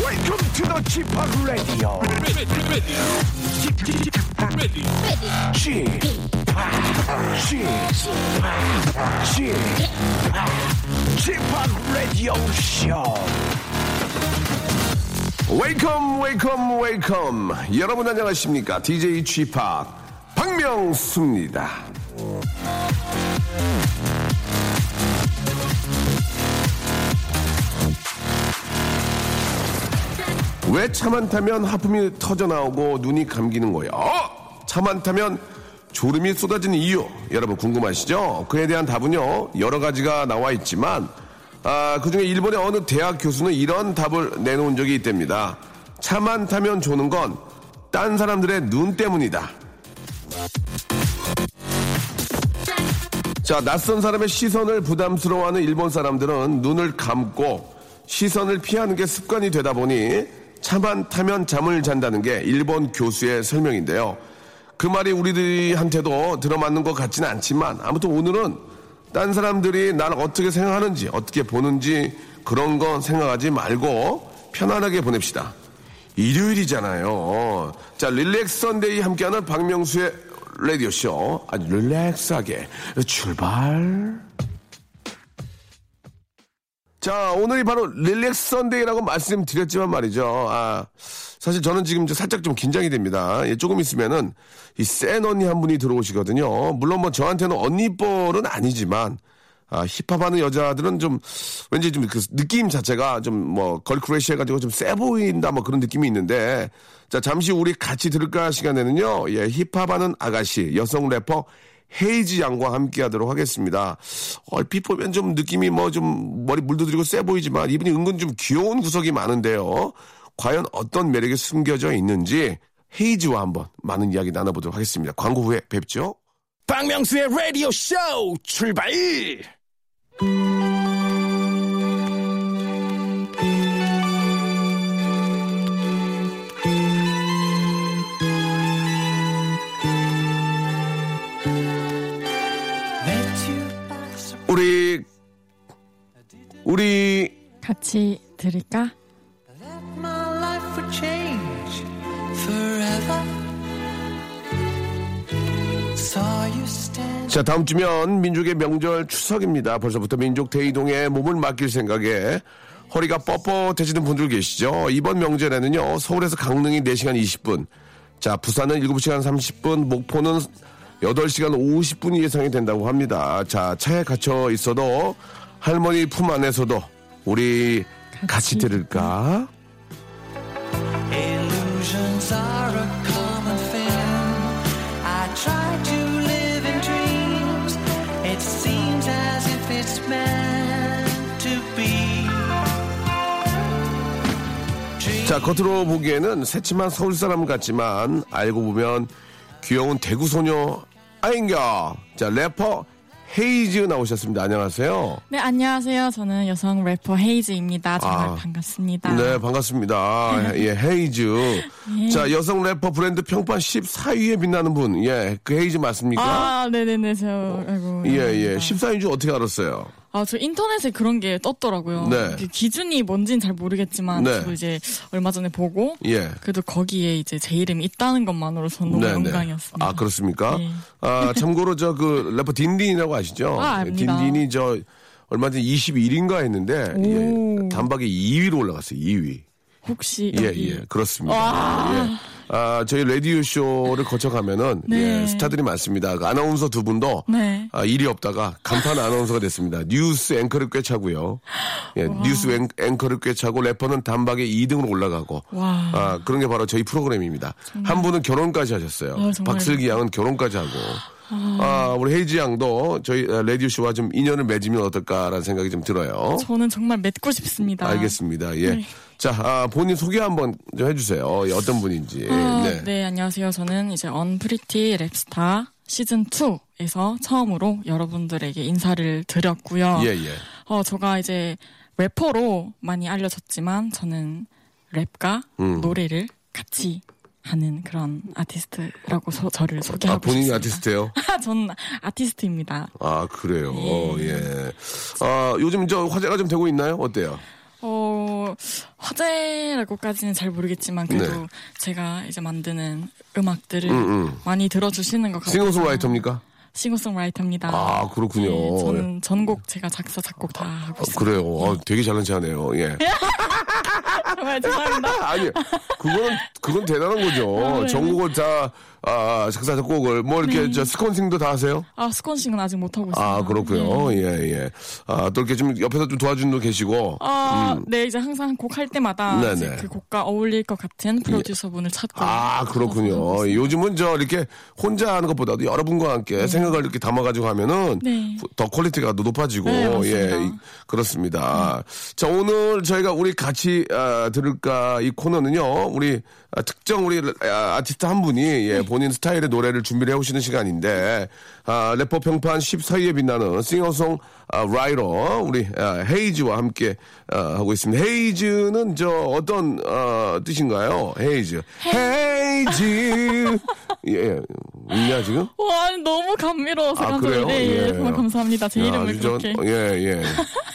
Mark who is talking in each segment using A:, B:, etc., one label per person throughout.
A: Welcome to the Chip Radio. Chip Chip Chip Radio Show.
B: 웨이컴 웨이컴 웨이컴 여러분 안녕하십니까 DJ 쥐팍 박명수입니다 왜 차만 타면 하품이 터져나오고 눈이 감기는 거예요 차만 타면 졸음이 쏟아지는 이유 여러분 궁금하시죠 그에 대한 답은요 여러 가지가 나와 있지만 아, 그 중에 일본의 어느 대학 교수는 이런 답을 내놓은 적이 있답니다. 차만 타면 조는 건 딴 사람들의 눈 때문이다. 자, 낯선 사람의 시선을 부담스러워하는 일본 사람들은 눈을 감고 시선을 피하는 게 습관이 되다 보니 차만 타면 잠을 잔다는 게 일본 교수의 설명인데요. 그 말이 우리들한테도 들어맞는 것 같지는 않지만 아무튼 오늘은 딴 사람들이 날 어떻게 생각하는지 어떻게 보는지 그런 건 생각하지 말고 편안하게 보냅시다. 일요일이잖아요. 자, 릴렉스 선데이 함께하는 박명수의 라디오쇼. 아주 릴렉스하게 출발. 자, 오늘이 바로 릴렉스 선데이라고 말씀드렸지만 말이죠. 아, 사실 저는 지금 좀 살짝 좀 긴장이 됩니다. 예, 조금 있으면은 이 센 언니 한 분이 들어오시거든요. 물론 뭐 저한테는 언니뻘은 아니지만 아, 힙합하는 여자들은 좀 왠지 좀 그 느낌 자체가 좀 뭐 걸크래시 해가지고 좀 세 보인다 뭐 그런 느낌이 있는데 자 잠시 우리 같이 들을까 시간에는요 예 힙합하는 아가씨 여성 래퍼 헤이지 양과 함께 하도록 하겠습니다. 얼핏 보면 좀 느낌이 뭐 좀 머리 물들이고 세 보이지만 이분이 은근 좀 귀여운 구석이 많은데요. 과연 어떤 매력이 숨겨져 있는지 헤이지와 한번 많은 이야기 나눠보도록 하겠습니다. 광고 후에 뵙죠.
A: 박명수의 라디오 쇼 출발!
B: 우리 우리
C: 같이 들을까?
D: My life would change forever. Saw you stand
B: 자 다음 주면 민족의 명절 추석입니다. 벌써부터 민족 대이동에 몸을 맡길 생각에 허리가 뻣뻣해지는 분들 계시죠. 이번 명절에는요 서울에서 강릉이 4시간 20분, 자 부산은 7시간 30분, 목포는 8시간 50분이 예상이 된다고 합니다. 자 차에 갇혀 있어도 할머니 품 안에서도 우리 같이
C: 같이
B: 들을까?
D: illusions are a common thing. I try to live in dreams. It seems as if it's meant to be.
B: 자 겉으로 보기에는 새침한 서울 사람 같지만 알고 보면 귀여운 대구 소녀 아인가 자 래퍼 헤이즈 나오셨습니다 안녕하세요
C: 네, 안녕하세요. 저는 여성 래퍼 헤이즈입니다. 정말
B: 아,
C: 반갑습니다.
B: 네 반갑습니다 예 헤이즈 자 여성 래퍼 브랜드 평판 14위에 빛나는 분예그 헤이즈 맞습니까
C: 아, 네네네. 저, 아이고.
B: 예예
C: 감사합니다.
B: 14위인 줄 어떻게 알았어요
C: 아, 저 인터넷에 그런 게 떴더라고요.
B: 네.
C: 그 기준이 뭔진 잘 모르겠지만,
B: 네.
C: 저도 이제 얼마 전에 보고,
B: 예
C: 그래도 거기에 이제 제 이름이 있다는 것만으로 저는 너무
B: 네네.
C: 영광이었습니다.
B: 아 그렇습니까?
C: 네.
B: 아 참고로 저 그 래퍼 딘딘이라고 아시죠? 예,
C: 아, 압니다.
B: 딘딘이 저 얼마 전에 21인가 했는데 예,
C: 오.
B: 단박에 2위로 올라갔어요. 2위.
C: 혹시.
B: 예,
C: 여기-
B: 예, 그렇습니다.
C: 음, 와.
B: 예. 아, 저희 라디오 쇼를 거쳐가면은
C: 네.
B: 예, 스타들이 많습니다. 그 아나운서 두 분도
C: 네.
B: 아, 일이 없다가 간판 아나운서가 됐습니다. 뉴스 앵커를 꿰차고요. 예, 뉴스 앵, 앵커를 꿰차고 래퍼는 단박에 2등으로 올라가고
C: 와.
B: 아, 그런 게 바로 저희 프로그램입니다. 한 분은 결혼까지 하셨어요.
C: 아, 정말.
B: 박슬기 양은 결혼까지 하고 아, 우리 헤이지 양도 저희 어, 레디오 씨와 좀 인연을 맺으면 어떨까라는 생각이 좀 들어요.
C: 저는 정말 맺고 싶습니다.
B: 알겠습니다. 예.
C: 네.
B: 자, 아, 본인 소개 한번 좀 해주세요. 예, 어떤 분인지.
C: 아,
B: 네.
C: 네. 안녕하세요. 저는 이제 언프리티 랩스타 시즌 2에서 처음으로 여러분들에게 인사를 드렸고요.
B: 예, 예.
C: 어, 제가 이제 래퍼로 많이 알려졌지만 저는 랩과
B: 음.
C: 노래를 같이 하는 그런 아티스트라고 소- 저를
B: 아,
C: 소개하고
B: 본인이
C: 싶습니다.
B: 아티스트예요?
C: 아, 전 아티스트입니다.
B: 아, 그래요. 어, 예. 아, 요즘 저 화제가 좀 되고 있나요? 어때요?
C: 어, 화제라고까지는 잘 모르겠지만 그래도
B: 네.
C: 제가 이제 만드는 음악들을
B: 음.
C: 많이 들어주시는 것 같아요.
B: 싱어송라이터입니까?
C: 싱어송라이터입니다.
B: 아, 그렇군요.
C: 네, 저는 예. 전곡 제가 작사 작곡 다 하고
B: 어,
C: 있어요.
B: 그래요. 어, 되게 잘난 체하네요. 예.
C: 정말 죄송합니다.
B: 아니, 그건, 그건 대단한
C: 아,
B: 거죠.
C: 네.
B: 전국을 다, 아, 작사, 작곡을, 뭐, 이렇게, 저, 스콘싱도 다 하세요?
C: 아 스콘싱은 아직 못 하고 음. 있어요.
B: 아, 그렇고요
C: 네.
B: 예, 예. 아, 또 이렇게 좀, 옆에서 좀 도와주는 분도 계시고.
C: 아, 네 이제 항상 곡 할 때마다
B: 음. 네네. 예.
C: 이제 그 곡과 어울릴 것 같은 프로듀서 분을 찾고.
B: 아,
C: 찾아서 하고
B: 그렇군요.
C: 있어요.
B: 요즘은 저, 이렇게, 혼자 하는 것보다도 여러분과 함께 생각을 이렇게 담아가지고 하면은,
C: 네.
B: 더 퀄리티가 더 높아지고,
C: 네, 맞습니다.
B: 예, 이- 그렇습니다. 자, 오늘 저희가 우리 같이 아, 들을까 이 코너는요, 우리 아, 특정 우리 아, 아티스트 한 분이
C: 네.
B: 예, 본인 스타일의 노래를 준비를 해오시는 시간인데, 아, 래퍼 평판 14위에 빛나는 싱어송 아, 라이러 우리 아, 헤이즈와 함께 아, 하고 있습니다. 헤이즈는 저 어떤 어, 뜻인가요? 헤이즈. 헤이즈. 예, 예, 웃냐 지금?
C: 와 너무 감미로워서
B: 아,
C: 감사합니다.
B: 그래요?
C: 네, 예,
B: 예.
C: 정말 감사합니다. 제
B: 야,
C: 이름을
B: 아주 저-
C: 그렇게.
B: 예, 예.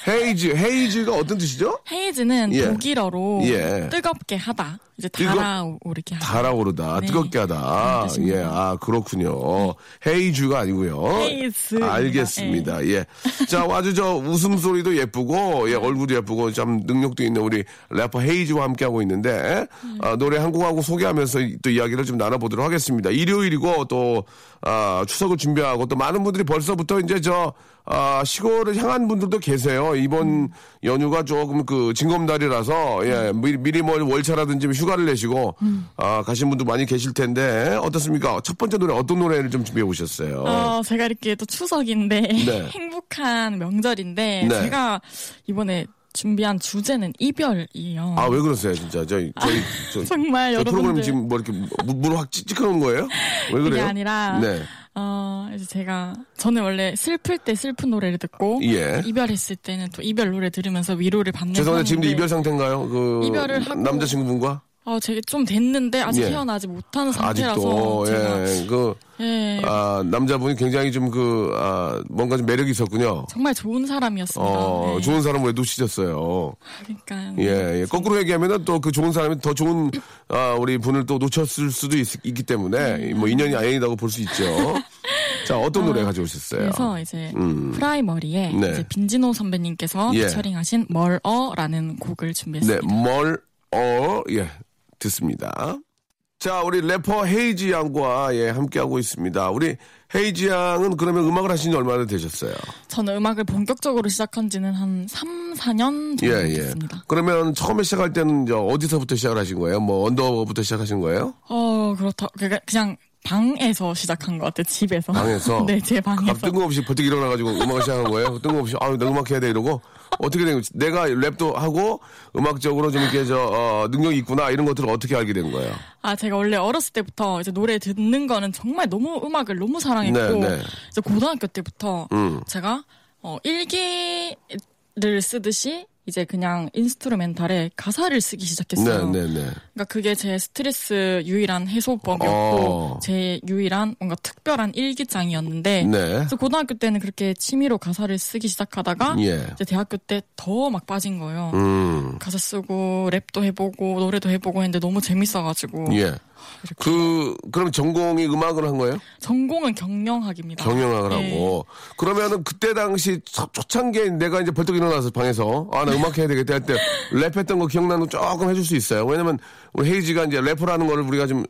B: 헤이즈, 헤이즈가 어떤 뜻이죠?
C: 헤이즈는
B: 예.
C: 독일어로
B: 예.
C: 뜨겁게 하다. 이제
B: 뜨거-
C: 달아오르게 하다.
B: 달아오르다,
C: 네.
B: 뜨겁게 하다.
C: 그런 뜻입니다.
B: 예, 아, 그렇군요. 헤이즈가 아니고요.
C: 헤이즈.
B: 알겠습니다. 예. 자, 아주 저 웃음소리도 예쁘고, 예, 얼굴도 예쁘고, 참 능력도 있는 우리 래퍼 헤이즈와 함께하고 있는데, 아, 노래 한 곡하고 소개하면서 이- 또 이야기를 좀 나눠보도록 하겠습니다. 일요일이고, 또, 아, 추석을 준비하고, 또 많은 분들이 벌써부터 이제 저, 아, 시골을 향한 분들도 계세요. 이번 연휴가 조금 그 징검다리라서, 예, 미리, 미리 뭐 월차라든지 휴가를 내시고, 아, 가신 분도 많이 계실 텐데, 어떻습니까? 첫 번째 노래, 어떤 노래를 좀 준비해 오셨어요?
C: 어, 제가 이렇게 또 추석인데
B: 네.
C: 행복한 명절인데
B: 네.
C: 제가 이번에 준비한 주제는 이별이에요.
B: 아, 왜 그러세요, 진짜? 저희, 저희, 저,
C: 정말
B: 저 프로그램
C: 여러분들.
B: 지금 뭐 이렇게 물확 찌찌하는 거예요? 왜
C: 그게
B: 그래요?
C: 아니라
B: 네.
C: 어, 이제 제가 저는 원래 슬플 때 슬픈 노래를 듣고
B: 예.
C: 이별했을 때는 또 이별 노래 들으면서 위로를 받는
B: 죄송한데 지금도
C: 편인데,
B: 이별 상태인가요? 그
C: 이별을 하고
B: 남자친구분과
C: 어, 제가 좀 됐는데 아직
B: 예.
C: 태어나지 못한 상태라서
B: 아직도
C: 제가
B: 예, 그
C: 예,
B: 아, 남자분이 굉장히 좀 그 아, 뭔가 좀 매력이 있었군요.
C: 정말 좋은 사람이었습니다.
B: 어,
C: 네.
B: 좋은 사람을 왜 놓치셨어요?
C: 그러니까
B: 예, 예. 거꾸로 얘기하면은 또 그 좋은 사람이 더 좋은 아, 우리 분을 또 놓쳤을 수도 있, 기
C: 네.
B: 때문에 뭐 인연이 아니라고 볼 수 있죠. 자, 어떤 노래 가져오셨어요? 음.
C: 그래서 이제 프라이머리에
B: 네.
C: 이제 빈지노 선배님께서
B: 예.
C: 피처링하신 멀어라는 곡을
B: 네,
C: 준비했습니다.
B: 뭘, 어, 예, 듣습니다. 자, 우리 래퍼 헤이지 양과 예, 함께하고 있습니다. 우리 헤이지 양은 그러면 음악을 하신 지 얼마나 되셨어요?
C: 저는 음악을 본격적으로 시작한 지는 한 3, 4년
B: 예,
C: 정도
B: 예.
C: 됐습니다.
B: 그러면 처음에 시작할 때는 이제 어디서부터 시작을 하신 거예요? 뭐, 언더부터 시작하신 거예요?
C: 어, 그렇다. 그러니까 그냥 방에서 시작한 것 같아요. 집에서.
B: 방에서?
C: 네, 제
B: 갑
C: 방에서.
B: 뜬금없이 벌떡 일어나가지고 음악을 시작한 거예요? 뜬금없이, 아유, 나 음악 해야 돼, 이러고. 어떻게 된 거지? 내가 랩도 하고 음악적으로 좀 이렇게 저, 어, 능력이 있구나, 이런 것들을 어떻게 알게 된 거예요?
C: 아, 제가 원래 어렸을 때부터 이제 노래 듣는 거는 정말 너무 음악을 너무 사랑했고
B: 네, 네.
C: 이제 고등학교 때부터
B: 음.
C: 제가 어, 일기를 쓰듯이 이제 그냥 인스트루멘탈에 가사를 쓰기
B: 네,
C: 시작했어요.
B: 네, 네.
C: 그러니까 그게 제 스트레스 유일한 해소법이었고
B: 어.
C: 제 유일한 뭔가 특별한 일기장이었는데
B: 네.
C: 그래서 고등학교 때는 그렇게 취미로 가사를 쓰기 시작하다가
B: 예.
C: 이제 대학교 때 더 막 빠진 거예요.
B: 음.
C: 가사 쓰고 랩도 해보고 노래도 해보고 했는데 너무 재밌어가지고
B: 예. 그 그럼 전공이 음악을 한 거예요?
C: 전공은 경영학입니다.
B: 경영학을
C: 네.
B: 하고 그러면은 그때 당시 초- 초창기에 내가 이제 벌떡 일어나서 방에서 아 나 음악 해야 되겠다 할 때 랩했던 거 기억나는 거 조금 해줄 수 있어요. 왜냐면 우리 헤이지가 이제 랩을하는 거를 우리가 좀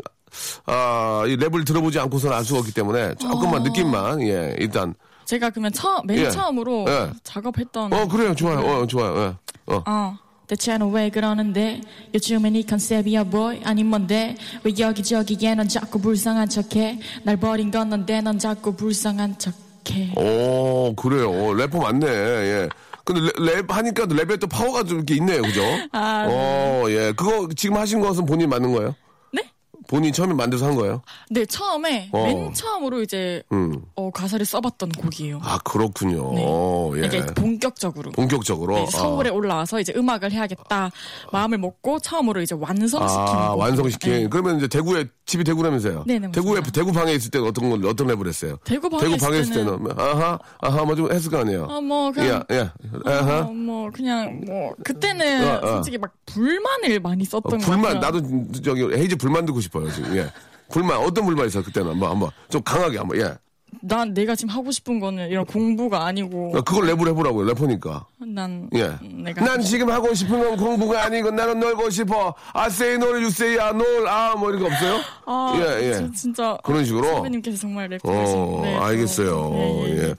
B: 아, 이 랩을 들어보지 않고서는 알 수가 없기 때문에
C: 어.
B: 조금만 느낌만 예 일단
C: 제가 그러면 처음 맨
B: 예.
C: 처음으로
B: 예.
C: 작업했던
B: 어 그래요 좋아요 어 좋아요 예. 어
C: 아 대체는 왜 그러는데 요즘엔 이 컨셉이야 boy 아닌 뭔데 왜 여기저기에 넌 자꾸 불쌍한 척해 날 버린 건 넌데 넌 자꾸 불쌍한 척해
B: 오, 어, 그래요. 래퍼 맞네. 예. 근데 랩, 랩 하니까 랩에 또 파워가 좀 이렇게 있네요. 그죠?
C: 아,
B: 어, 예. 그거 지금 하신 것은 본인 만든 거예요?
C: 네?
B: 본인 처음에 만들어서 한 거예요?
C: 네 처음에
B: 어.
C: 맨 처음으로 이제
B: 음.
C: 어, 가사를 써봤던 곡이에요
B: 아, 그렇군요.
C: 네.
B: 어, 예.
C: 이게 본격적으로
B: 본격적으로.
C: 네, 서울에
B: 아.
C: 올라와서 이제 음악을 해야겠다 마음을 먹고 처음으로 이제 완성시키는
B: 아,
C: 곡.
B: 완성시킨.
C: 네.
B: 그러면 이제 대구에, 집이 대구라면서요?
C: 네, 네,
B: 대구에,
C: 맞습니다.
B: 대구 방에 있을 때는 어떤 걸, 어떤 랩을 했어요?
C: 대구 방에
B: 대구
C: 있을
B: 방에 있을 때는, 아하, 아하, 뭐 좀 했을 거 아니에요?
C: 아, 뭐
B: 예,
C: 그냥
B: 예. 아하.
C: 어, 뭐 그냥 뭐 그때는
B: 어, 어.
C: 솔직히 막 불만을 많이 썼던
B: 어,
C: 것
B: 불만
C: 같아요.
B: 나도 저기 헤이즈 불만 듣고 싶어요 지금 예 불만 어떤 불만 있어 그때는 한번 한번 좀 강하게 한번 예
C: 난 내가 지금 하고 싶은 거는 이런 공부가 아니고
B: 그걸 랩을 해보라고요 래퍼니까
C: 난
B: 어, 예.
C: 음, 내가
B: 난 지금 하고 싶은 건 공부가 아니고 나는 놀고 싶어. 아세이 놀 유세이야 놀아뭐 이런 거 없어요?
C: 아,
B: 예, 예.
C: 진- 진짜
B: 그런 식으로?
C: 선배님께서 정말 랩
B: 어,
C: 잘하시는데
B: 알겠어요.
C: 예, 예.
B: 예.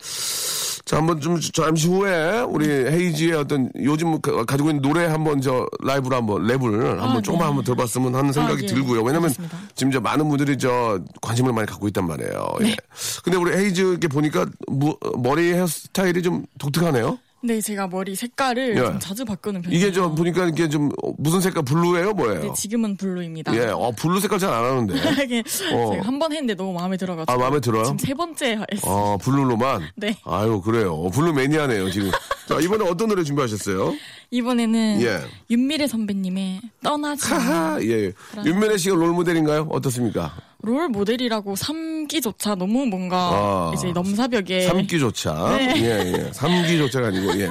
B: 자, 한번 좀 잠시 후에 우리
C: 음.
B: 헤이지의 어떤 요즘 가- 가지고 있는 노래 한번 저 라이브로 한번 랩을 한번
C: 네.
B: 조금만 한번 들어봤으면 하는 생각이
C: 예.
B: 들고요. 왜냐면
C: 알겠습니다.
B: 지금 저 많은 분들이 저 관심을 많이 갖고 있단 말이에요.
C: 네.
B: 예. 근데 우리 헤이즈 이렇게 보니까 무- 머리 헤어스타일이 좀 독특하네요.
C: 네, 제가 머리 색깔을
B: 예.
C: 좀 자주 바꾸는 편이에요.
B: 이게 좀 보니까 이게 좀 어, 무슨 색깔 블루예요, 뭐예요?
C: 음. 네, 지금은 블루입니다.
B: 예, 어, 블루 색깔 잘 안 하는데.
C: 이게
B: 어.
C: 제가 한 번 했는데 너무 마음에 들어가지고
B: 아, 마음에 들어요?
C: 지금 세 번째 했어요.
B: 아, 블루로만?
C: 네.
B: 아유, 그래요. 어, 블루 매니아네요, 지금. 자, 이번에 어떤 노래 준비하셨어요?
C: 이번에는
B: 예.
C: 윤미래 선배님의 떠나지 마.
B: 하하, 예. 윤면혜 씨가 롤모델인가요? 어떻습니까?
C: 롤 모델이라고 삼기조차 너무 뭔가
B: 아.
C: 이제 넘사벽에
B: 삼기조차
C: 네.
B: 예, 예. 삼기조차가 아니고, 예.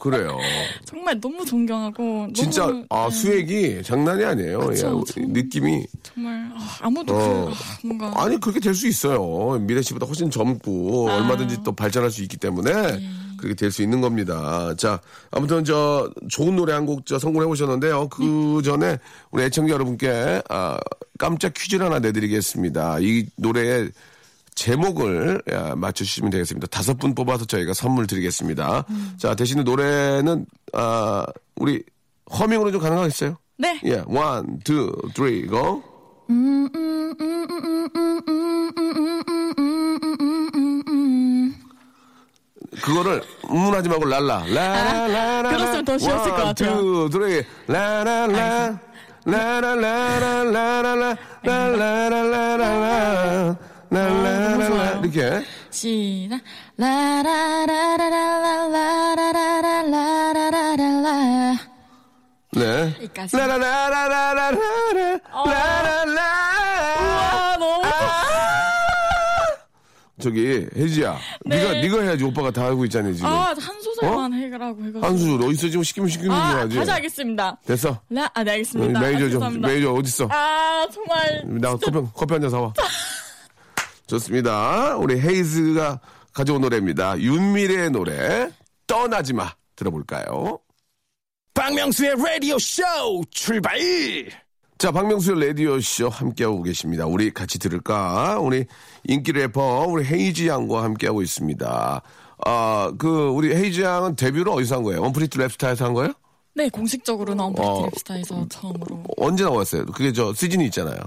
B: 그래요.
C: 정말 너무 존경하고
B: 진짜,
C: 너무,
B: 아,
C: 네,
B: 수액이 장난이 아니에요.
C: 그쵸,
B: 예.
C: 참.
B: 느낌이.
C: 정말 아, 아무도
B: 어.
C: 그, 아, 뭔가 아.
B: 아니, 그렇게 될 수 있어요. 미래 씨보다 훨씬 젊고, 얼마든지 또 발전할 수 있기 때문에,
C: 네.
B: 그렇게 될 수 있는 겁니다. 자, 아무튼 저, 좋은 노래 한 곡 저 성공해 보셨는데요.
C: 네.
B: 그 전에, 우리 애청자 여러분께, 아, 깜짝 퀴즈를 하나 내드리겠습니다. 이 노래의 제목을 아, 맞추시면 되겠습니다. 다섯 분 뽑아서 저희가 선물 드리겠습니다.
C: 음.
B: 자, 대신에 노래는, 아, 우리, 허밍으로 좀 가능하겠어요?
C: 네.
B: 예, one, two, three, go. 그거를 음 하지 말고 랄라 라라라
C: 아, 그랬으면 더 쉬웠을 것 같아요.
B: 둘이 라라라 라라라라라라라라라라라라라
C: 아,
B: 라라라라 이렇게
C: 시작 라라라라라라라라라라라라라
B: 네
C: 여기까지. 어.
B: 라라라라라라라라라
C: 아 너무
B: 저기 혜지야
C: 네.
B: 네가 네가 해야지 오빠가 다 알고 있잖아요 지금
C: 아한 소절만 해라고 해가지고
B: 한수 너 있어 지금 시키면 시키는 거
C: 아
B: 해야지
C: 다시 하겠습니다
B: 됐어
C: 라, 아, 네, 알겠습니다.
B: 메이저
C: 아,
B: 좀
C: 죄송합니다.
B: 메이저 어딨어
C: 아, 정말.
B: 나 커피, 한- 커피 한 잔 사와. 좋습니다. 우리 헤이즈가 가져온 노래입니다. 윤미래의 노래, 떠나지 마. 들어볼까요?
A: 박명수의 라디오 쇼 출발!
B: 자, 박명수의 라디오쇼 함께하고 계십니다. 우리 같이 들을까? 우리 인기 래퍼, 우리 헤이지 양과 함께하고 있습니다. 아, 그, 우리 헤이지 양은 데뷔를 어디서 한 거예요? 원프리트 랩스타에서 한 거예요?
C: 네, 공식적으로는
B: 어.
C: 언프리티 랩스타에서 처음으로.
B: 언제 나왔어요? 그게 저 시즌이 있잖아요.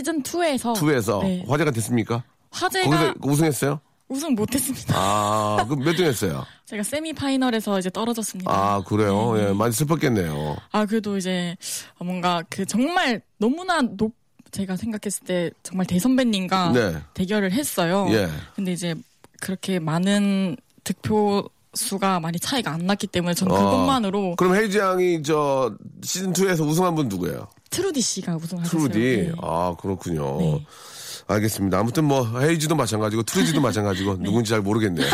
C: 시즌2에서.
B: 투에서
C: 네.
B: 화제가 됐습니까?
C: 화제가
B: 거기서 우승했어요?
C: 우승 못했습니다.
B: 아, 그럼 몇 등 했어요?
C: 제가 세미파이널에서 이제 떨어졌습니다.
B: 아, 그래요?
C: 네.
B: 예, 많이 슬펐겠네요.
C: 아, 그래도 이제 뭔가 그 정말 너무나 높, 제가 생각했을 때 정말 대선배님과
B: 네.
C: 대결을 했어요.
B: 예.
C: 근데 이제 그렇게 많은 득표 수가 많이 차이가 안 났기 때문에 저는
B: 어.
C: 그것만으로
B: 그럼 헤이지 양이 저 시즌2에서 우승한 분 누구예요?
C: 트루디 씨가 우승하셨어요.
B: 트루디.
C: 네.
B: 아, 그렇군요.
C: 네.
B: 알겠습니다. 아무튼 뭐 헤이지도 마찬가지고 트루디도 마찬가지고 누군지 잘 모르겠네요.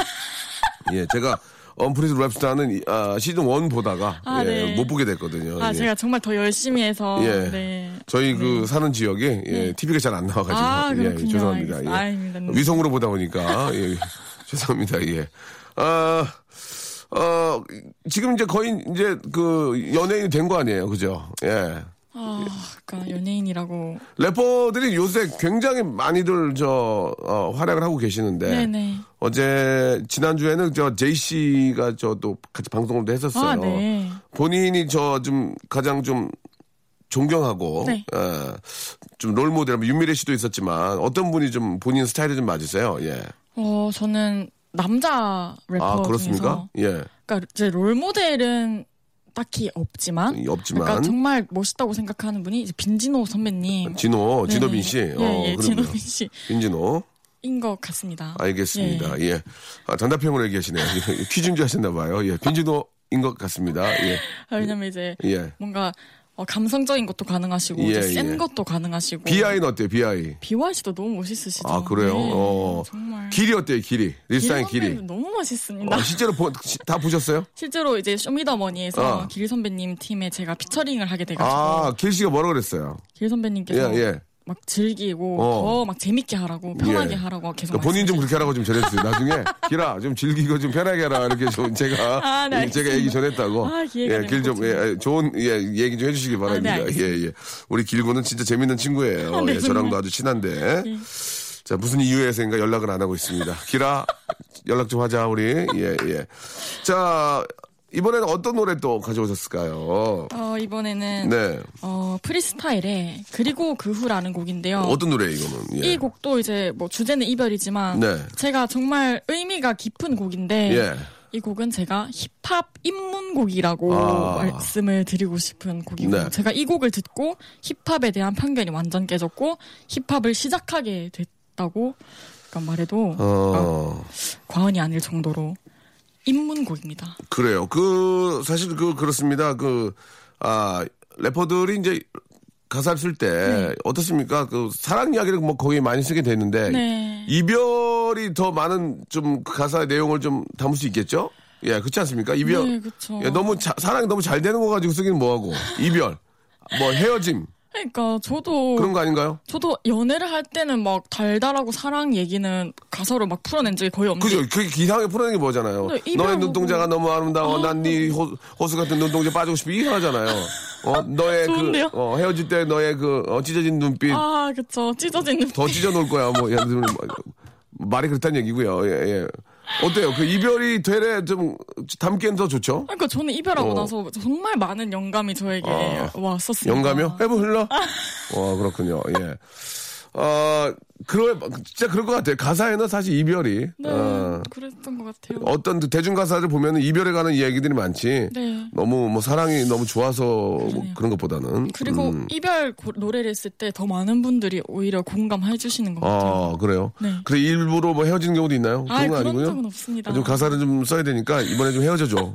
B: 예, 제가 언프리즈 랩스타는 이- 아, 시즌 1 보다가 예,
C: 아, 네.
B: 못 보게 됐거든요.
C: 아,
B: 예.
C: 제가 정말 더 열심히 해서.
B: 예.
C: 네.
B: 저희 그 사는 지역에 예, TV가 잘 안 나와가지고
C: 아,
B: 예,
C: 그렇군요.
B: 죄송합니다. 예.
C: 알겠습니다. 아닙니다. 네.
B: 위성으로 보다 보니까 예, 죄송합니다. 예. 아, 어, 지금 이제 거의 이제 그 연예인이 된 거 아니에요, 그죠? 예.
C: 아, 아까 연예인이라고.
B: 래퍼들이 요새 굉장히 많이들 저 어, 활약을 하고 계시는데
C: 네네.
B: 어제 지난주에는 저 제이 씨가 저 또 같이 방송을 또 했었어요.
C: 아, 네.
B: 본인이 저 좀 가장 좀 존경하고
C: 네.
B: 예, 좀 롤모델 뭐 윤미래 씨도 있었지만 어떤 분이 좀 본인 스타일이 좀 맞으세요? 예.
C: 어, 저는 남자 래퍼
B: 아 그렇습니까?
C: 중에서
B: 예.
C: 그러니까 제 롤모델은 딱히 없지만
B: 없지만.
C: 그러니까 정말 멋있다고 생각하는 분이 이제 빈지노 선배님.
B: 예. 아, 진호
C: 네네.
B: 진호빈 씨.
C: 예,
B: 어,
C: 예,
B: 그럼요.
C: 진호빈 씨인
B: 빈진호.
C: 것 같습니다.
B: 알겠습니다.
C: 예.
B: 예. 아, 단답형으로 얘기하시네요. 예, 퀴즈 인줄 하셨나 봐요. 예. 빈진호인 것 같습니다. 예.
C: 아, 왜냐면 이제
B: 예.
C: 뭔가 어, 감성적인 것도 가능하시고 이제
B: 예,
C: 센
B: 예.
C: 것도 가능하시고
B: 비아이는 어때요? 비아이.
C: 비와이 씨도 너무 멋있으시죠.
B: 아 그래요?
C: 네,
B: 어.
C: 정말
B: 길이 어때요? 길이. 립사인
C: 길
B: 길이.
C: 선배님 너무 멋있습니다.
B: 어, 실제로 보- 시- 다 보셨어요?
C: 실제로 이제 쇼미더머니에서
B: 어.
C: 길 선배님 팀에 제가 피처링을 하게 돼가지고
B: 아, 길 씨가 뭐라 그랬어요?
C: 길 선배님께서
B: 예, 예.
C: 막 즐기고
B: 어.
C: 더 막 재밌게 하라고 편하게
B: 예.
C: 하라고 계속
B: 그러니까 본인 좀
C: 말씀해
B: 그렇게 하라고 좀 전했어요. 나중에 길아 좀 즐기고 좀 편하게 하라 이렇게 좀 제가 예,
C: 아, 네,
B: 제가 얘기
C: 알겠습니다.
B: 전했다고.
C: 아, 기회가
B: 예, 길 좀
C: 되면
B: 예, 좋은 예 얘기 좀 해주시기 바랍니다. 예,
C: 네, 알겠습니다.
B: 예. 우리 길고는 진짜 재밌는 친구예요.
C: 네,
B: 예, 저랑도
C: 정말.
B: 아주 친한데. 자 무슨 이유에서인가 연락을 안 하고 있습니다. 길아 연락 좀 하자 우리. 예 예. 자 이번에는 어떤 노래 또 가져오셨을까요?
C: 주세요. 어, 이번에는
B: 네.
C: 어, 프리스타일의 그리고 그 후라는 곡인데요.
B: 어떤 노래 이거는? 예.
C: 이 곡도 이제 뭐 주제는 이별이지만
B: 네.
C: 제가 정말 의미가 깊은 곡인데
B: 예.
C: 이 곡은 제가 힙합 입문곡이라고
B: 아.
C: 말씀을 드리고 싶은 곡이고
B: 네.
C: 제가 이 곡을 듣고 힙합에 대한 편견이 완전 깨졌고 힙합을 시작하게 됐다고 그러니까 말해도
B: 어.
C: 과언이 아닐 정도로 입문곡입니다.
B: 그래요. 그 사실 그 그렇습니다. 그 아 래퍼들이 이제 가사 쓸 때 어떻습니까? 그 사랑 이야기를 뭐 거의 많이 쓰게 되는데
C: 네.
B: 이별이 더 많은 좀그 가사 내용을 좀 담을 수 있겠죠? 예, 그렇지 않습니까? 이별.
C: 네, 그쵸.
B: 예, 너무 자- 사랑이 너무 잘 되는 거 가지고 쓰기는 뭐하고 이별, 뭐 헤어짐
C: 그러니까 저도
B: 그런 거 아닌가요?
C: 저도 연애를 할 때는 막 달달하고 사랑 얘기는 가사로 막 풀어낸 적이 거의 없는데
B: 그죠? 그게 이상하게 풀어내는 게 뭐잖아요.
C: 네, 이별
B: 너의
C: 보고.
B: 눈동자가 너무 아름다워. 난 네 호수 같은 눈동자 빠지고 싶어. 이상하잖아요. 어, 너의
C: 좋은데요?
B: 그, 어, 헤어질 때 너의 그, 어, 찢어진 눈빛.
C: 아 그쵸 찢어진 눈빛
B: 더 찢어 놓을 거야. 뭐, 예를 들면, 뭐, 말이 그렇다는 얘기고요. 예, 예. 어때요? 그 이별이 되레 좀 담기엔 더 좋죠?
C: 그러니까 저는 이별하고
B: 어.
C: 나서 정말 많은 영감이 저에게
B: 아.
C: 왔었어요.
B: 영감이요? 해보 흘러? 와, 그렇군요. 예. 어, 그럴, 진짜 그럴 것 같아요. 가사에는 사실 이별이.
C: 네,
B: 어,
C: 그랬던 것 같아요.
B: 어떤 대중 가사를 보면 이별에 관한 이야기들이 많지.
C: 네.
B: 너무 뭐 사랑이 너무 좋아서 뭐
C: 그러네요.
B: 그런 것보다는.
C: 그리고
B: 음.
C: 이별 고- 노래를 했을 때 더 많은 분들이 오히려 공감해 주시는 것 같아요.
B: 아 그래요.
C: 네.
B: 그래 일부러 뭐 헤어지는 경우도 있나요? 그런
C: 아,
B: 건
C: 그런
B: 아니고요.
C: 적은 없습니다.
B: 좀 가사를 좀 써야 되니까 이번에 좀 헤어져 줘.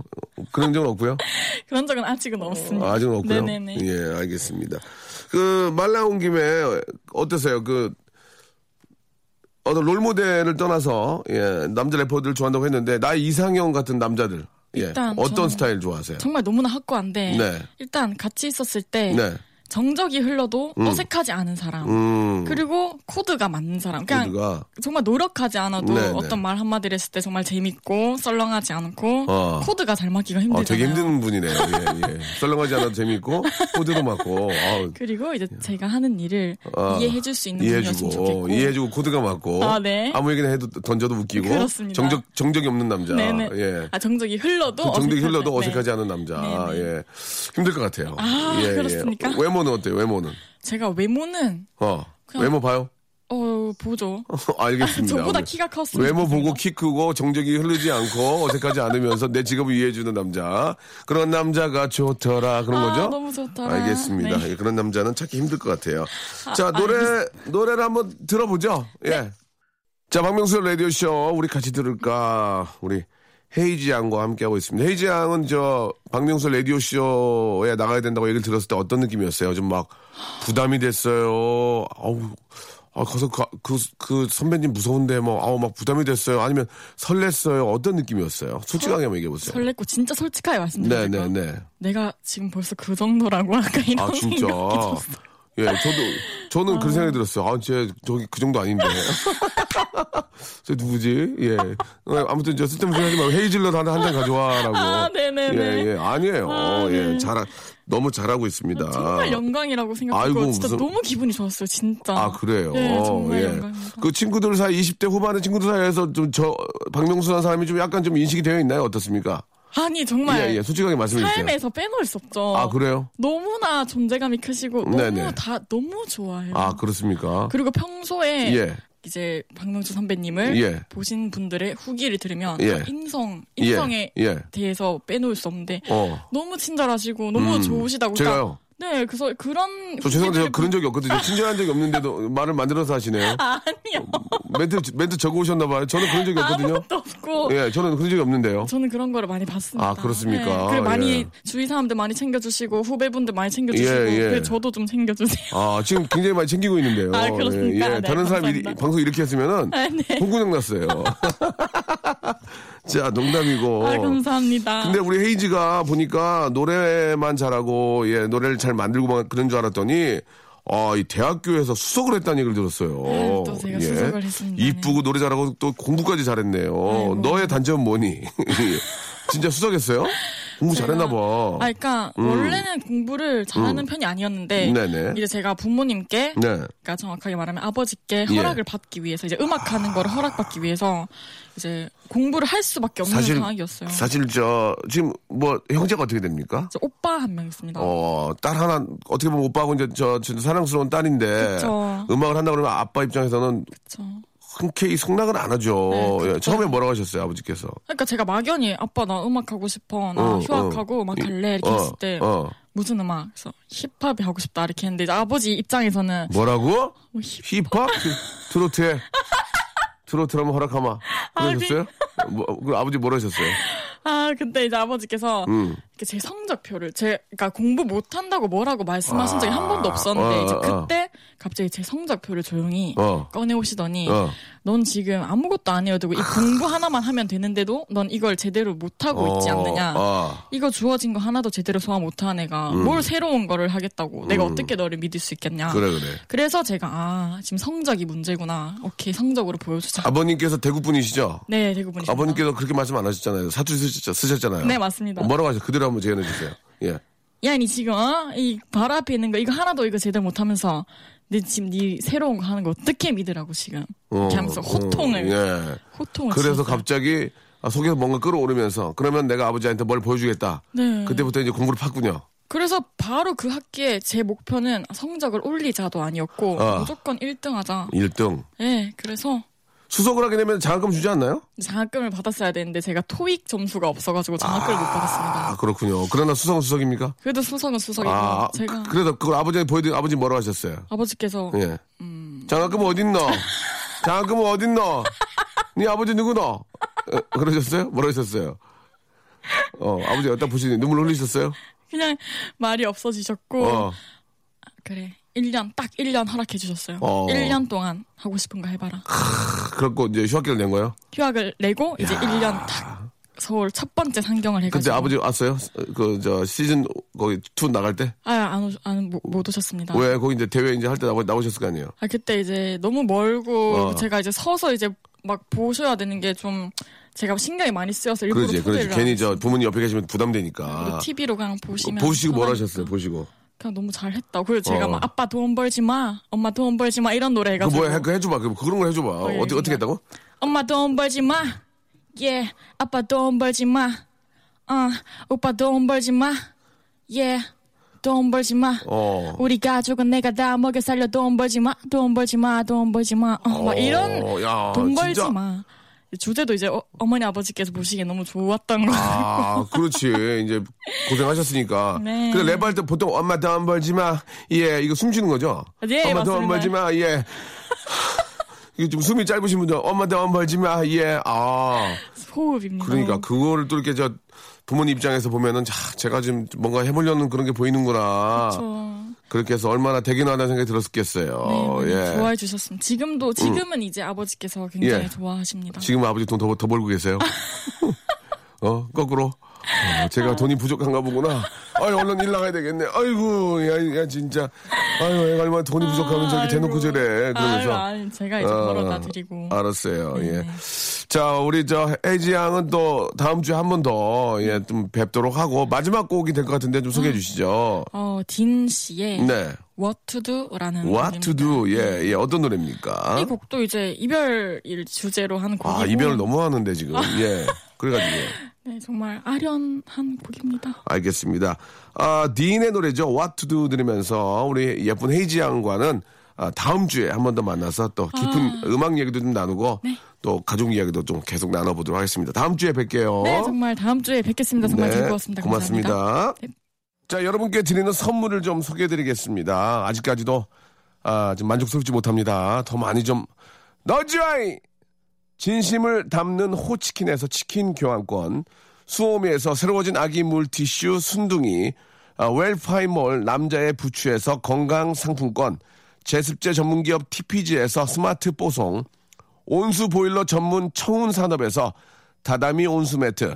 B: 그런 적은 없고요.
C: 그런 적은 아직은 없습니다.
B: 아, 아직은 없고요.
C: 네. 네네네.
B: 예, 알겠습니다. 그 말 나온 김에 어떠세요? 그 어떤 롤 모델을 떠나서 예, 남자 래퍼들 좋아한다고 했는데 나 이상형 같은 남자들 예,
C: 일단
B: 어떤
C: 저는
B: 스타일 좋아하세요?
C: 네. 정말 너무나 확고한데
B: 네.
C: 일단 같이 있었을 때
B: 네.
C: 정적이 흘러도 어색하지 않은 사람
B: 음.
C: 그리고 코드가 맞는 사람 그냥
B: 모두가
C: 정말 노력하지 않아도
B: 네네.
C: 어떤 말 한마디를 했을 때 정말 재밌고 썰렁하지 않고
B: 어.
C: 코드가 잘 맞기가 힘들잖아요.
B: 아, 되게 힘든 분이네요. 예, 예. 썰렁하지 않아도 재미있고, 코드도 맞고, 아우,
C: 그리고 이제 제가 하는 일을
B: 예. 아,
C: 이해해줄 수 있는 분이었으면
B: 이해해주고,
C: 좋겠고
B: 이해해주고, 코드가 맞고,
C: 아, 네.
B: 무 얘기나 해도 던져도 웃기고,
C: 그렇습니다.
B: 정적, 정적이 없는 남자.
C: 네네.
B: 예.
C: 아, 정적이 흘러도
B: 그 정적이
C: 어색하지-
B: 흘러도
C: 네.
B: 어색하지 않은 남자.
C: 네, 네.
B: 예. 힘들 것 같아요. 예,
C: 아, 그렇습니까?
B: 외모는 어때요, 외모는?
C: 제가 외모는
B: 어.
C: 그냥-
B: 외모 봐요?
C: 어 보죠.
B: 알겠습니다.
C: 저보다 키가 컸으면
B: 외모
C: 좋겠습니다.
B: 보고 키 크고 정적이 흐르지 않고 어색하지 않으면서 내 직업을 이해해주는 남자. 그런 남자가 좋더라. 그런
C: 아,
B: 거죠?
C: 너무 좋더라.
B: 알겠습니다.
C: 네.
B: 예, 그런 남자는 찾기 힘들 것 같아요. 자,
C: 아, 네.
B: 노래, 노래를 한번 들어보죠. 예. 자, 박명수 라디오쇼, 우리 같이 들을까? 우리 헤이지 양과 함께하고 있습니다. 헤이지 양은 저, 박명수 라디오쇼에 나가야 된다고 얘기를 들었을 때 어떤 느낌이었어요? 좀 막, 부담이 됐어요. 아우, 아, 가서 가- 그, 그 선배님 무서운데 뭐, 아우, 막 부담이 됐어요. 아니면 설렜어요. 어떤 느낌이었어요? 솔직하게 한번 얘기해보세요. 네,
C: 설렜고 진짜 솔직하게 말씀드릴게요.
B: 네네네.
C: 내가 지금 벌써 그 정도라고 아까 이런
B: 아, 진짜.
C: 생각이 들었어요.
B: 예, 저도, 저는 그런 생각이 들었어요. 아, 쟤, 저기, 그 정도 아닌데. 쟤 누구지? 예. 어, 아무튼, 저 쓸데없는 소리 하지 말고 헤이즐넛 하나 한 잔 가져와라고.
C: 아, 네네네.
B: 예, 예. 아니에요.
C: 아, 네.
B: 예, 잘, 너무 잘하고 있습니다.
C: 정말 영광이라고 생각했고
B: 아. 아이고,
C: 진짜
B: 무슨-
C: 너무 기분이 좋았어요 진짜.
B: 아, 그래요?
C: 네,
B: 어,
C: 정말 영광입니다.
B: 그 친구들 사이, 20대 후반의 친구들 사이에서 좀 저, 박명수라는 사람이 좀 약간 좀 인식이 되어 있나요? 어떻습니까?
C: 아니 정말
B: 예, 예. 솔직하게 말씀해 주세요.
C: 삶에서 빼놓을 수 없죠.
B: 아, 그래요?
C: 너무나 존재감이 크시고 너무
B: 네네.
C: 다 너무 좋아해요.
B: 아, 그렇습니까?
C: 음. 그리고 평소에
B: 예.
C: 이제 박명수 선배님을
B: 예.
C: 보신 분들의 후기를 들으면
B: 예.
C: 다 인성 인성에
B: 예, 예.
C: 대해서 빼놓을 수 없는데
B: 어.
C: 너무 친절하시고 너무
B: 음,
C: 좋으시다고
B: 제가요?
C: 그러니까, 네 그래서 그런
B: 저 죄송한데 저
C: 후기들을
B: 그런 적이 없거든요. 친절한 적이 없는데도 말을 만들어서 하시네요.
C: 아. 아니요
B: 멘트 멘트 적어오셨나 봐요. 저는 그런 적이 없거든요.
C: 아무것도 없고
B: 예, 저는 그런 적이 없는데요.
C: 저는 그런 거를 많이 봤습니다. 네,
B: 아, 그렇습니까?
C: 그리고 많이
B: 예.
C: 주위 사람들 많이 챙겨주시고 후배분들 많이 챙겨주시고
B: 예, 예.
C: 그래 저도 좀 챙겨주세요.
B: 아, 지금 굉장히 많이 챙기고 있는데요.
C: 아, 그렇습니까?
B: 예, 예.
C: 네,
B: 다른 사람 이
C: 감사합니다.
B: 방송 이렇게 했으면은
C: 아, 네.
B: 홍군형 났어요. 자, 농담이고.
C: 아 감사합니다.
B: 어. 근데 우리 헤이즈가 보니까 노래만 잘하고 예, 노래를 잘 만들고 막 그런 줄 알았더니 아, 이 대학교에서 수석을 했다는 얘기를 들었어요. 예.
C: 네, 또 제가 수석을 했습니다. 뭐.
B: 이쁘고 노래 잘하고 또 공부까지 잘했네요. 너의 단점은 뭐니? 진짜 수석했어요? 공부 잘했나 봐. 음.
C: 아, 그러니까 원래는 공부를 잘하는 편이 아니었는데
B: 네네.
C: 이제 제가 부모님께
B: 네.
C: 그러니까 정확하게 말하면 아버지께
B: 예.
C: 허락을 받기 위해서 이제 음악하는 거를 허락받기 위해서 이제 공부를 할 수밖에 없는
B: 사실
C: 상황이었어요.
B: 사실 저 지금 뭐 형제가 어떻게 됩니까?
C: 이제 오빠 한 명 있습니다.
B: 어, 딸 하나 어떻게 보면 오빠하고 이제 저, 진짜 사랑스러운 딸인데
C: 그쵸.
B: 음악을 한다 그러면 아빠 입장에서는
C: 그쵸.
B: 흔쾌히 승낙을 안 하죠.
C: 네,
B: 예,
C: 그렇죠.
B: 처음에 뭐라고 하셨어요, 아버지께서?
C: 그러니까 제가 막연히 아빠 나 음악 하고 싶어 나
B: 어,
C: 휴학하고
B: 어.
C: 음악 할래 이렇게
B: 어,
C: 했을 때
B: 어.
C: 무슨 음악? 그래서 힙합이 하고 싶다 이렇게 했는데 이제 아버지 입장에서는
B: 뭐라고?
C: 뭐 힙-
B: 힙합? 트- 트로트에 트로트라면 허락하마. 그러셨어요? 뭐, 그 아버지 뭐라 하셨어요?
C: 아 근데 이제 아버지께서
B: 음.
C: 이렇게 제 성적표를 제 그러니까 공부 못 한다고 뭐라고 말씀하신 적이 한 번도
B: 아,
C: 없었는데 이제
B: 아, 아.
C: 그때 갑자기 제 성적표를 조용히
B: 어.
C: 꺼내 오시더니
B: 어.
C: 넌 지금 아무것도 안 해도 되고 이 공부 하나만 하면 되는데도 넌 이걸 제대로 못 하고 뭐 있지
B: 어,
C: 않느냐.
B: 아.
C: 이거 주어진 거 하나도 제대로 소화 못한 애가 뭘 새로운 거를 하겠다고 내가 어떻게 너를 믿을 수 있겠냐.
B: 음. 그래 그래.
C: 그래서 제가 아 지금 성적이 문제구나. 오케이 성적으로 보여주자.
B: 아버님께서 대구 분이시죠?
C: 네 대구분이.
B: 아버님께서 그렇게 말씀 안 하셨잖아요. 사투리 쓰셨- 쓰셨잖아요.
C: 네, 맞습니다.
B: 뭐라고 하셨어요? 그대로 한번 재현해 주세요. 예.
C: 야니 지금 어? 이발 앞에 있는 거 이거 하나도 이거 제대로 못하면서 네 지금 네 새로운 거 하는 거 어떻게 믿으라고 지금. 이렇게 하면서 호통을
B: 어, 예.
C: 호통을.
B: 그래서
C: 치면서.
B: 갑자기 아, 속에서 뭔가 끌어오르면서 그러면 내가 아버지한테 뭘 보여주겠다.
C: 네.
B: 그때부터 이제 공부를 팠군요.
C: 그래서 바로 그 학기에 제 목표는 성적을 올리자도 아니었고
B: 아.
C: 무조건 1등하자.
B: 1등.
C: 예, 그래서
B: 수석을 하게 되면 장학금 주지 않나요?
C: 장학금을 받았어야 되는데 제가 토익 점수가 없어가지고 장학금을 못
B: 아,
C: 받았습니다.
B: 그렇군요. 그러나 수석은 수석입니까?
C: 그래도 수석은 어, 수석이고
B: 아,
C: 제가
B: 그- 그래서 그걸 아버지한테 보여드린 아버지 뭐라고 하셨어요?
C: 아버지께서
B: 예.
C: 음.
B: 장학금 어딨노? 장학금 어딨노? 네 아버지 누구노? 어, 그러셨어요? 뭐라 하셨어요? 어, 아버지 여기다 보시니 눈물 흘리셨어요?
C: 그냥 말이 없어지셨고
B: 어.
C: 그래 1년 딱 1년 허락해 주셨어요.
B: 어.
C: 1년 동안 하고 싶은 거 해봐라.
B: 그렇고 이제 휴학기를 낸 거예요?
C: 휴학을 내고 이제 1년 딱 서울 첫 번째 상경을 네, 해가지고
B: 그때 아버지 왔어요? 그 저 시즌 거기 투 나갈 때?
C: 아안안못 오셨습니다.
B: 왜 거기 이제 대회 이제 할 때 나오셨을 거 아니에요?
C: 아 그때 이제 너무 멀고
B: 어.
C: 제가 이제 서서 이제 막 보셔야 되는 게 좀 제가 신경이 많이 쓰여서 일부러
B: 그러지, 그러지.
C: 포기를
B: 괜히 저 부모님 옆에 계시면 부담되니까.
C: TV로 그냥 보시면
B: 보시고 뭐라
C: 편하니까.
B: 하셨어요? 보시고.
C: 그냥 너무 잘했다고 그래서 제가
B: 어.
C: 막 아빠 돈 벌지 마 엄마 돈 벌지 마 이런 노래
B: 그
C: 해가지고
B: 뭐야? 그 해줘봐. 그 그런 걸 해줘봐.
C: 예,
B: 어떻게 어떻게 했다고?
C: 엄마 돈 벌지 마 예, 아빠 돈 벌지 마 어, 오빠 돈 벌지 마 예, 돈 벌지 마
B: 어.
C: 우리 가족은 내가 다 먹여 살려 돈 벌지 마, 돈 벌지 마, 돈 벌지 마. 어,
B: 어,
C: 막 이런
B: 야,
C: 돈 벌지
B: 진짜.
C: 마. 주제도 이제 어, 머니 아버지께서 보시기에 너무 좋았던 거.
B: 아, 그렇지. 이제 고생하셨으니까.
C: 네.
B: 근데 랩할 때 보통 엄마 돈 벌지 마. 예, 이거 숨 쉬는 거죠?
C: 네,
B: 엄마 돈
C: 맞습니다.
B: 벌지 마. 예. 이게 좀 숨이 짧으신 분들 엄마 돈 벌지 마. 예. 아.
C: 호흡입니다.
B: 그러니까 그거를 또 이렇게 저 부모님 입장에서 보면은 자, 제가 지금 뭔가 해 보려는 그런 게 보이는구나.
C: 저-
B: 그렇게 해서 얼마나 되긴 하다는 생각이 아, 들었겠어요.
C: 네, 많이
B: 예. 음.
C: 좋아해 주셨으면 지금도 지금은 이제 아버지께서 굉장히
B: 예.
C: 좋아하십니다.
B: 지금 아버지 돈 더 벌고 계세요? 어, 거꾸로. 어, 제가 돈이 부족한가 보구나. 아이, 얼른 일 나가야 되겠네. 아이고, 야, 야, 진짜. 아유, 애가 얼마나 돈이 부족하면 저기
C: 아이고.
B: 대놓고 저래. 그러면서.
C: 아유, 아유, 제가 이제
B: 아,
C: 걸어다 드리고. 네.
B: 알았어요. 예. 자, 우리 저 해지 양은 또 다음 주에 한 번 더 예, 좀 뵙도록 하고 마지막 곡이 될 것 같은데 좀
C: 음.
B: 소개해 주시죠.
C: 어, 딘 씨의
B: 네.
C: What to Do라는
B: What to do? 예, 예. 어떤 노래입니까?
C: 음, 이 곡도 이제 이별일 주제로 한 곡이고
B: 아, 이별을 너무 하는데 지금. 예. 그래가지고.
C: 네, 정말 아련한
B: 어?
C: 곡입니다.
B: 알겠습니다. 아, 딘의 노래죠. What to do 들으면서 우리 예쁜 헤이지 양과는 아, 다음 주에 한 번 더 만나서 또
C: 아.
B: 깊은 음악 얘기도 좀 나누고
C: 네.
B: 또 가족 이야기도 좀 계속 나눠보도록 하겠습니다. 다음 주에 뵐게요.
C: 네, 정말 다음 주에 뵙겠습니다. 정말
B: 네,
C: 즐거웠습니다.
B: 고맙습니다. 네.
C: 감사합니다.
B: 자, 여러분께 드리는 선물을 좀 소개해드리겠습니다. 아직까지도 아, 좀 만족스럽지 못합니다. 더 많이 좀 너지와이 진심을 담는 호치킨에서 치킨 교환권, 수오미에서 새로워진 아기 물티슈 순둥이, 아, 웰파이몰 남자의 부추에서 건강 상품권, 제습제 전문기업 TPG에서 스마트 뽀송, 온수 보일러 전문 청운 산업에서 다다미 온수 매트.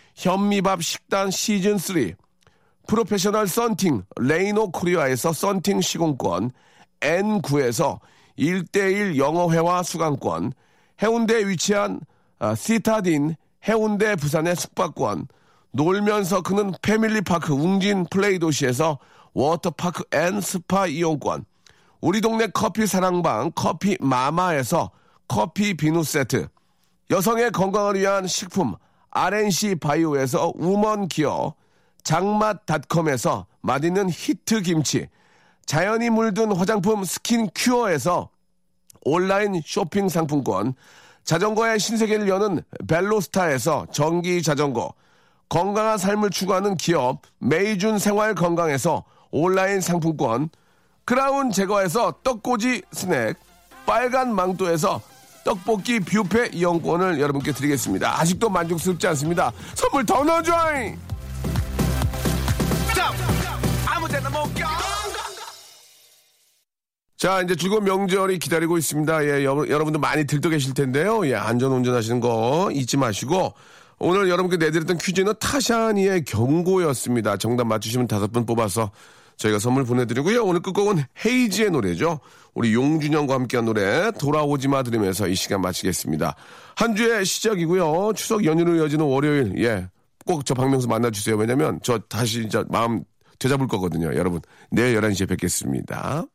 B: 현미밥 식단 시즌3, 프로페셔널 썬팅 레이노 코리아에서 썬팅 시공권, N9에서 1대1 영어회화 수강권, 해운대에 위치한 아, 시타딘 해운대 부산의 숙박권, 놀면서 크는 패밀리파크 웅진 플레이 도시에서 워터파크 앤 스파 이용권, 우리 동네 커피 사랑방 커피 마마에서 커피 비누 세트, 여성의 건강을 위한 식품 RNC 바이오에서 우먼 기어, 장맛닷컴에서 맛있는 히트 김치, 자연이 물든 화장품 스킨 큐어에서 온라인 쇼핑 상품권, 자전거의 신세계를 여는 벨로스타에서 전기 자전거, 건강한 삶을 추구하는 기업 메이준 생활 건강에서 온라인 상품권, 크라운 제거에서 떡꼬지 스낵, 빨간 망토에서 떡볶이 뷔페 이용권을 여러분께 드리겠습니다. 아직도 만족스럽지 않습니다. 선물 더 넣어줘잉! 자, 이제 즐거운 명절이 기다리고 있습니다. 예, 여, 여러분들 많이 들떠 계실 텐데요. 예, 안전 운전하시는 거 잊지 마시고. 오늘 여러분께 내드렸던 퀴즈는 타샤니의 경고였습니다. 정답 맞추시면 다섯 분 뽑아서 저희가 선물 보내드리고요. 오늘 끝곡은 헤이지의 노래죠. 우리 용준영과 함께한 노래 돌아오지 마 들으면서 이 시간 마치겠습니다. 한 주의 시작이고요. 추석 연휴로 이어지는 월요일. 예. 꼭 저 박명수 만나주세요. 왜냐면 저 다시 이제 마음 되잡을 거거든요. 여러분. 내일 11시에 뵙겠습니다.